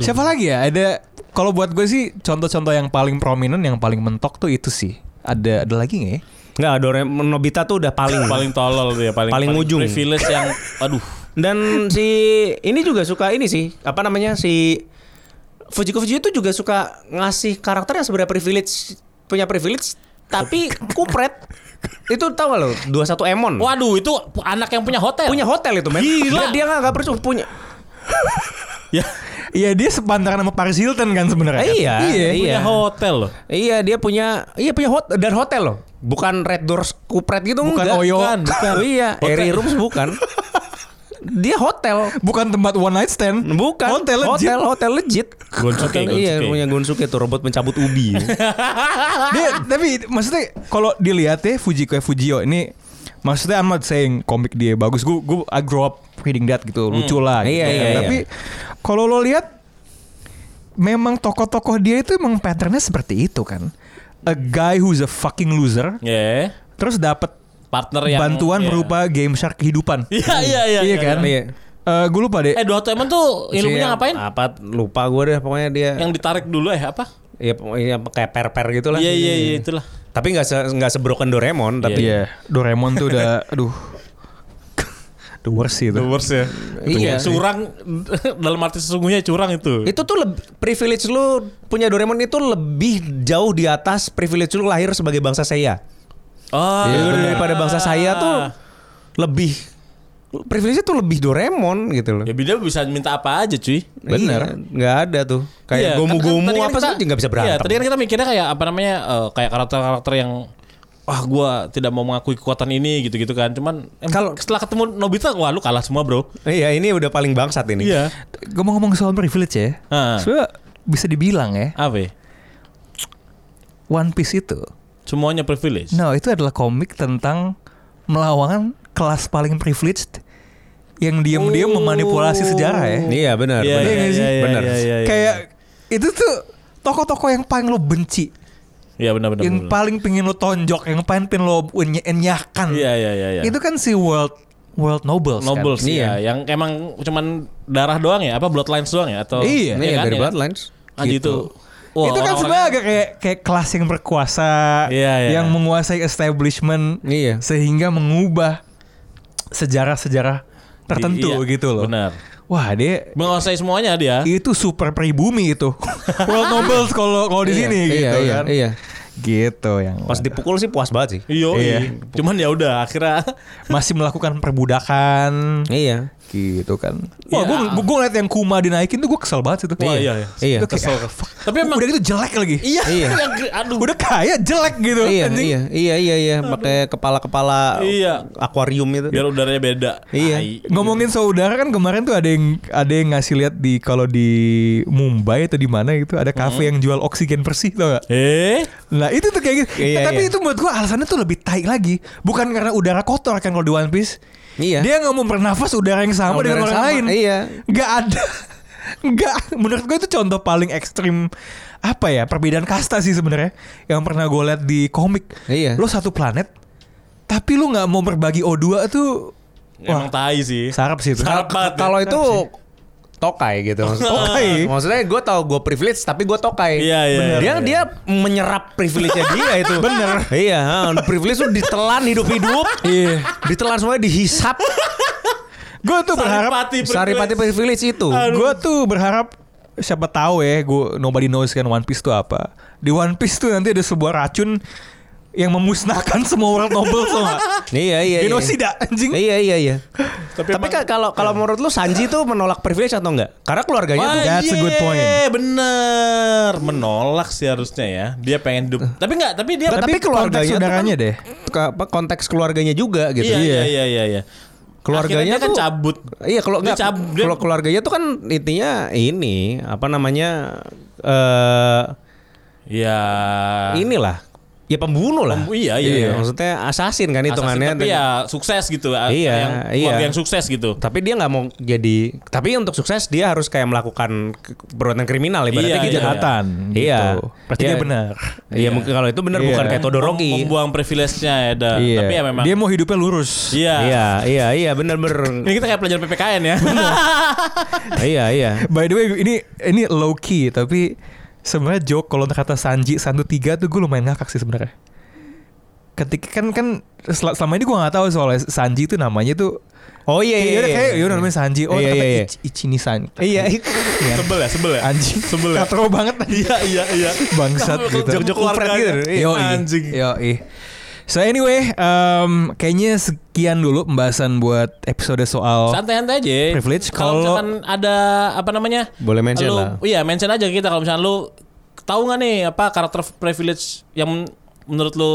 [SPEAKER 2] Siapa lagi ya? Ada kalau buat gue sih contoh-contoh yang paling prominent, yang paling mentok tuh itu sih. Ada ada lagi nggak ya?
[SPEAKER 4] Enggak, Doraemon Nobita tuh udah paling.
[SPEAKER 3] Paling tolol tuh ya, paling
[SPEAKER 4] Paling ujung.
[SPEAKER 3] Privilege yang
[SPEAKER 4] *laughs*
[SPEAKER 3] aduh.
[SPEAKER 4] Dan si ini juga suka ini sih, apa namanya? Si Fujiko Fujio itu juga suka ngasih karakter yang sebenarnya privilege punya privilege tapi kupret. itu tahu gak lo? 21 Emon.
[SPEAKER 3] Waduh, itu anak yang punya hotel.
[SPEAKER 4] Punya hotel itu, men.
[SPEAKER 3] iya. Gila.
[SPEAKER 4] Dia, dia nggak percuma punya.
[SPEAKER 3] ya,
[SPEAKER 2] Iya dia sepantaran sama Paris Hilton kan sebenarnya.
[SPEAKER 4] Eh, iya,
[SPEAKER 2] Iya.
[SPEAKER 4] iya.
[SPEAKER 3] punya hotel loh.
[SPEAKER 4] Iya, dia punya iya punya hotel dan hotel loh. Bukan Red Doors kupret gitu
[SPEAKER 2] Bukan
[SPEAKER 4] enggak.
[SPEAKER 2] Oyo.
[SPEAKER 4] Bukan,
[SPEAKER 2] *laughs*
[SPEAKER 4] bukan. iya,
[SPEAKER 3] Hotel.
[SPEAKER 4] Airy Rooms bukan. dia hotel.
[SPEAKER 2] Bukan tempat one night stand.
[SPEAKER 4] Bukan.
[SPEAKER 2] Hotel legit.
[SPEAKER 4] hotel, hotel legit.
[SPEAKER 3] Gonsuke,
[SPEAKER 4] Hotel- Iya,
[SPEAKER 3] Gonsuke.
[SPEAKER 4] punya Gonsuke tuh robot pencabut ubi.
[SPEAKER 2] Dia, tapi maksudnya kalau dilihat ya Fujiko Fujio ini maksudnya I'm not saying komik dia bagus. Gue gue I grow up reading that gitu. Lucu lah. gitu.
[SPEAKER 4] Iya, iya, iya.
[SPEAKER 2] Tapi kalau lo lihat memang tokoh-tokoh dia itu emang patternnya seperti itu kan. A guy who's a fucking loser
[SPEAKER 3] Ya.
[SPEAKER 2] terus dapat
[SPEAKER 3] Partner yang
[SPEAKER 2] bantuan
[SPEAKER 3] ya.
[SPEAKER 2] berupa game shark kehidupan.
[SPEAKER 3] Iya, iya, iya.
[SPEAKER 2] *laughs* iya kan?
[SPEAKER 4] Hmm. iya.
[SPEAKER 2] Eh, gue lupa deh.
[SPEAKER 3] Eh, dua teman tuh ilmunya
[SPEAKER 4] Yang-
[SPEAKER 3] ngapain?
[SPEAKER 4] Apa lupa gue deh pokoknya dia
[SPEAKER 3] Yang ditarik dulu eh apa?
[SPEAKER 4] ya pokoknya kayak per-per gitu lah.
[SPEAKER 3] Iya, iya, iya, itulah.
[SPEAKER 4] Tapi nggak se nggak sebroken Doraemon tapi
[SPEAKER 2] Iya, Doraemon tuh *laughs* udah aduh. The worst sih itu.
[SPEAKER 3] worst ya.
[SPEAKER 4] Iya.
[SPEAKER 3] Curang *laughs* dalam arti sesungguhnya curang itu.
[SPEAKER 4] itu tuh leb- privilege lu punya Doraemon itu lebih jauh di atas privilege lu lahir sebagai bangsa saya.
[SPEAKER 3] Oh,
[SPEAKER 4] Jadi lu Iya, daripada bangsa saya tuh lebih privilege tuh lebih Doraemon gitu loh.
[SPEAKER 3] Ya beda bisa minta apa aja cuy.
[SPEAKER 4] Bener, nggak ada tuh.
[SPEAKER 3] Iya,
[SPEAKER 4] Kayak
[SPEAKER 3] kan-
[SPEAKER 4] gomu-gomu
[SPEAKER 3] tadi kan
[SPEAKER 4] apa
[SPEAKER 3] kita-
[SPEAKER 4] saja nggak bisa
[SPEAKER 3] Iya,
[SPEAKER 4] berantem.
[SPEAKER 3] tadi kan kita mikirnya kayak apa namanya eh, kayak karakter-karakter yang wah gua tidak mau mengakui kekuatan ini gitu-gitu kan. Cuman em,
[SPEAKER 4] Kalau-
[SPEAKER 3] setelah ketemu Nobita wah lu kalah semua, Bro.
[SPEAKER 4] Iya, ini udah paling bangsat ini.
[SPEAKER 3] Iya.
[SPEAKER 2] Ngomong-ngomong soal privilege ya.
[SPEAKER 3] Ah.
[SPEAKER 2] Sebenernya bisa dibilang ya,
[SPEAKER 3] Apa? ya?
[SPEAKER 2] One Piece itu.
[SPEAKER 3] Semuanya privilege.
[SPEAKER 2] No, itu adalah komik tentang melawan kelas paling privileged yang diam-diam memanipulasi sejarah ya.
[SPEAKER 4] Iya benar,
[SPEAKER 3] Iya,
[SPEAKER 4] benar,
[SPEAKER 3] iya, iya, iya,
[SPEAKER 4] benar.
[SPEAKER 3] iya, iya.
[SPEAKER 2] Kayak itu tuh tokoh-tokoh yang paling lo benci,
[SPEAKER 3] Iya benar-benar.
[SPEAKER 2] yang
[SPEAKER 3] benar.
[SPEAKER 2] paling pingin lo tonjok, yang paling pingin lo enye- enyahkan.
[SPEAKER 3] Iya iya iya iya.
[SPEAKER 2] Itu kan si world world nobles. kan?
[SPEAKER 3] Nobles
[SPEAKER 4] Iya.
[SPEAKER 3] ya, yang emang cuman darah doang ya, apa bloodlines doang ya atau
[SPEAKER 2] Iya,
[SPEAKER 4] Iya, dari Gitu.
[SPEAKER 3] ya
[SPEAKER 4] Bloodlines.
[SPEAKER 3] Anjir itu. Wah,
[SPEAKER 2] itu kan
[SPEAKER 3] orang-orang-
[SPEAKER 2] sebenarnya agak kayak kayak kelas yang berkuasa,
[SPEAKER 3] Iya, iya.
[SPEAKER 2] yang menguasai establishment,
[SPEAKER 4] Iya.
[SPEAKER 2] sehingga mengubah sejarah-sejarah tertentu
[SPEAKER 3] Iya,
[SPEAKER 2] gitu loh.
[SPEAKER 3] Benar.
[SPEAKER 2] Wah dia
[SPEAKER 3] Menguasai semuanya dia.
[SPEAKER 2] itu super pribumi
[SPEAKER 3] *laughs*
[SPEAKER 2] itu world nobles kalau kalau di
[SPEAKER 4] Iya,
[SPEAKER 2] sini
[SPEAKER 4] iya,
[SPEAKER 2] gitu
[SPEAKER 4] iya,
[SPEAKER 2] kan.
[SPEAKER 4] iya.
[SPEAKER 2] Gitu yang
[SPEAKER 4] Pas dipukul sih puas banget sih.
[SPEAKER 3] Iya.
[SPEAKER 2] Iya.
[SPEAKER 3] Cuman ya udah akhirnya *laughs*
[SPEAKER 2] masih melakukan perbudakan
[SPEAKER 4] Iya.
[SPEAKER 2] gitu kan.
[SPEAKER 3] Iya.
[SPEAKER 2] Wah gue gue ngeliat yang Kuma dinaikin tuh gue kesel banget itu.
[SPEAKER 3] Wah, iya, iya.
[SPEAKER 4] Iya,
[SPEAKER 2] kesel.
[SPEAKER 3] Tapi emang
[SPEAKER 2] udah gitu jelek lagi.
[SPEAKER 3] Iya.
[SPEAKER 4] Iya.
[SPEAKER 2] *laughs*
[SPEAKER 3] Aduh.
[SPEAKER 2] Udah kaya jelek gitu.
[SPEAKER 4] Iya,
[SPEAKER 2] anjing.
[SPEAKER 4] iya, iya, iya, iya, pakai kepala-kepala
[SPEAKER 3] Iya.
[SPEAKER 4] akuarium itu.
[SPEAKER 3] Biar udaranya beda.
[SPEAKER 4] Iya.
[SPEAKER 3] Tai.
[SPEAKER 2] Ngomongin saudara kan kemarin tuh ada yang ada yang ngasih lihat di kalau di Mumbai atau di mana gitu ada kafe yang jual oksigen bersih tau gak?
[SPEAKER 3] Eh?
[SPEAKER 2] Nah itu tuh kayak gitu.
[SPEAKER 4] Iya,
[SPEAKER 2] Nah, tapi
[SPEAKER 4] iya.
[SPEAKER 2] itu menurut gua alasannya tuh lebih tai lagi. Bukan karena udara kotor kan kalau di One Piece.
[SPEAKER 4] Iya.
[SPEAKER 2] Dia nggak mau bernafas udara yang sama
[SPEAKER 4] Udara
[SPEAKER 2] dengan
[SPEAKER 4] yang
[SPEAKER 2] orang
[SPEAKER 4] sama,
[SPEAKER 2] lain.
[SPEAKER 4] iya.
[SPEAKER 2] Gak ada. Gak. Menurut gua itu contoh paling ekstrim apa ya perbedaan kasta sih sebenarnya yang pernah gue lihat di komik.
[SPEAKER 4] Iya.
[SPEAKER 2] Lo satu planet, tapi lu nggak mau berbagi O2 tuh.
[SPEAKER 3] Emang tai
[SPEAKER 4] Ya,
[SPEAKER 3] sih. ya.
[SPEAKER 2] Sarap sih itu.
[SPEAKER 3] Sarap banget.
[SPEAKER 4] Kalau itu tokai gitu maksudnya.
[SPEAKER 2] Tokai?
[SPEAKER 4] Maksudnya gue tau gue privilege tapi gue tokai.
[SPEAKER 3] Iya, iya,
[SPEAKER 4] Bener. Dia
[SPEAKER 3] iya,
[SPEAKER 4] dia menyerap privilege-nya dia itu. Bener. Iya, ha, privilege tuh ditelan hidup-hidup.
[SPEAKER 2] Iya.
[SPEAKER 4] ditelan semuanya dihisap.
[SPEAKER 2] Gue tuh berharap
[SPEAKER 3] privilege.
[SPEAKER 4] Saripati privilege itu.
[SPEAKER 2] Gue tuh berharap siapa tahu ya, gue nobody knows kan One Piece tuh apa. Di One Piece tuh nanti ada sebuah racun yang memusnahkan *laughs* semua world noble semua.
[SPEAKER 4] Iya, iya, iya.
[SPEAKER 2] Genosida anjing.
[SPEAKER 4] Iya iya iya. Tapi,
[SPEAKER 3] emang-
[SPEAKER 4] ka- kalau kalau menurut lu Sanji tuh menolak privilege atau enggak? Karena keluarganya
[SPEAKER 3] Wah,
[SPEAKER 4] tuh-
[SPEAKER 2] That's a good
[SPEAKER 3] iya,
[SPEAKER 2] point.
[SPEAKER 3] Bener. Menolak sih harusnya ya. Dia pengen hidup. Tapi enggak, tapi dia
[SPEAKER 4] Enggak, tapi, keluarganya tuh
[SPEAKER 2] saudaranya
[SPEAKER 4] kan
[SPEAKER 2] deh.
[SPEAKER 4] ke- apa, konteks keluarganya juga gitu.
[SPEAKER 3] Iya, iya, iya, iya, iya. Akhirnya
[SPEAKER 4] Keluarganya
[SPEAKER 3] dia kan
[SPEAKER 4] tuh-
[SPEAKER 3] cabut.
[SPEAKER 4] Iya kalau
[SPEAKER 3] Dia
[SPEAKER 4] nggak
[SPEAKER 3] cab- dia-
[SPEAKER 4] kalau keluarganya tuh kan intinya ini apa namanya eh
[SPEAKER 3] Iya.
[SPEAKER 4] inilah ya pembunuh lah.
[SPEAKER 3] Pembu- iya, iya, iya.
[SPEAKER 4] Maksudnya assassin kan hitungannya.
[SPEAKER 3] Tapi ya sukses gitu. a-
[SPEAKER 4] Iya,
[SPEAKER 3] yang, keluarga
[SPEAKER 4] iya.
[SPEAKER 3] yang sukses gitu.
[SPEAKER 4] Tapi dia nggak mau jadi. Tapi untuk sukses dia harus kayak melakukan ke- perbuatan kriminal
[SPEAKER 3] Iya,
[SPEAKER 4] ibaratnya gitu.
[SPEAKER 3] iya, iya.
[SPEAKER 2] Kejahatan.
[SPEAKER 4] Iya.
[SPEAKER 2] Gitu. Berarti
[SPEAKER 4] Iya.
[SPEAKER 2] dia benar.
[SPEAKER 4] Iya mungkin kalau itu benar
[SPEAKER 2] Iya.
[SPEAKER 4] bukan kayak Todoroki.
[SPEAKER 3] Membuang privilege-nya ya. dah. Tapi ya memang.
[SPEAKER 2] Dia mau hidupnya lurus.
[SPEAKER 3] Iya.
[SPEAKER 4] Iya iya iya benar benar.
[SPEAKER 3] Ini kita kayak pelajaran PPKN ya. *laughs*
[SPEAKER 4] iya iya.
[SPEAKER 2] By the way, ini ini low key tapi sebenarnya joke kalau kata Sanji 13 tuh gue lumayan ngakak sih sebenarnya. Ketika kan kan sel- selama ini gue nggak tahu soalnya Sanji itu namanya tuh
[SPEAKER 4] Oh iya iya.
[SPEAKER 2] Iya, udah kayak yaudah namanya Sanji. Oh,
[SPEAKER 4] Iya,
[SPEAKER 2] kata
[SPEAKER 4] iya, iya.
[SPEAKER 2] Ich- Ichini San.
[SPEAKER 4] Iya.
[SPEAKER 3] sebel ya, sebel ya.
[SPEAKER 2] Anjing.
[SPEAKER 3] Sebel ya.
[SPEAKER 2] Katro banget
[SPEAKER 3] *laughs*
[SPEAKER 2] tadi.
[SPEAKER 3] Iya, iya, iya.
[SPEAKER 2] Bangsat gitu.
[SPEAKER 3] Jok-jok keluarga
[SPEAKER 4] Jok-jok
[SPEAKER 3] gitu.
[SPEAKER 4] keluarga.
[SPEAKER 2] Yo
[SPEAKER 3] Anjing.
[SPEAKER 2] Yoi. So anyway, em, kayaknya sekian dulu pembahasan buat episode
[SPEAKER 4] Oh.
[SPEAKER 2] soal
[SPEAKER 3] Santai-santai aja.
[SPEAKER 2] Privilege
[SPEAKER 3] kalau
[SPEAKER 2] kalau-
[SPEAKER 3] misalkan ada apa namanya?
[SPEAKER 4] Boleh mention
[SPEAKER 3] lu,
[SPEAKER 4] lah.
[SPEAKER 3] Iya, mention aja ke kita kalau misalkan lu tahu nggak nih apa karakter privilege yang men- menurut lu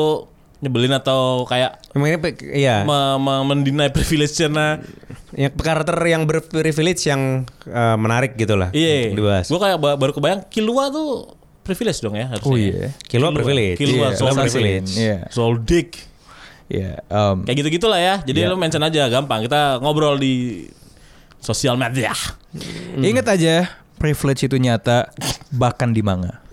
[SPEAKER 3] nyebelin atau kayak
[SPEAKER 4] Emang ini pe- iya.
[SPEAKER 3] me- me- mendinai privilege nya
[SPEAKER 4] yang karakter yang berprivilege yang eh, menarik gitu lah.
[SPEAKER 3] Iya.
[SPEAKER 4] untuk Dibahas.
[SPEAKER 3] Gua kayak ba- baru kebayang Kilua tuh privilege dong ya harusnya.
[SPEAKER 2] Oh iya.
[SPEAKER 4] Kilua privilege.
[SPEAKER 3] Kilua
[SPEAKER 4] Iya,
[SPEAKER 3] soul
[SPEAKER 4] Kilua
[SPEAKER 3] privilege.
[SPEAKER 4] privilege.
[SPEAKER 2] Iya.
[SPEAKER 3] Zoldyck.
[SPEAKER 2] ya em,
[SPEAKER 3] Kayak gitu-gitulah ya. Jadi
[SPEAKER 2] Iya.
[SPEAKER 3] lu mention aja gampang. Kita ngobrol di sosial media.
[SPEAKER 2] Ingat aja, privilege itu nyata bahkan di manga.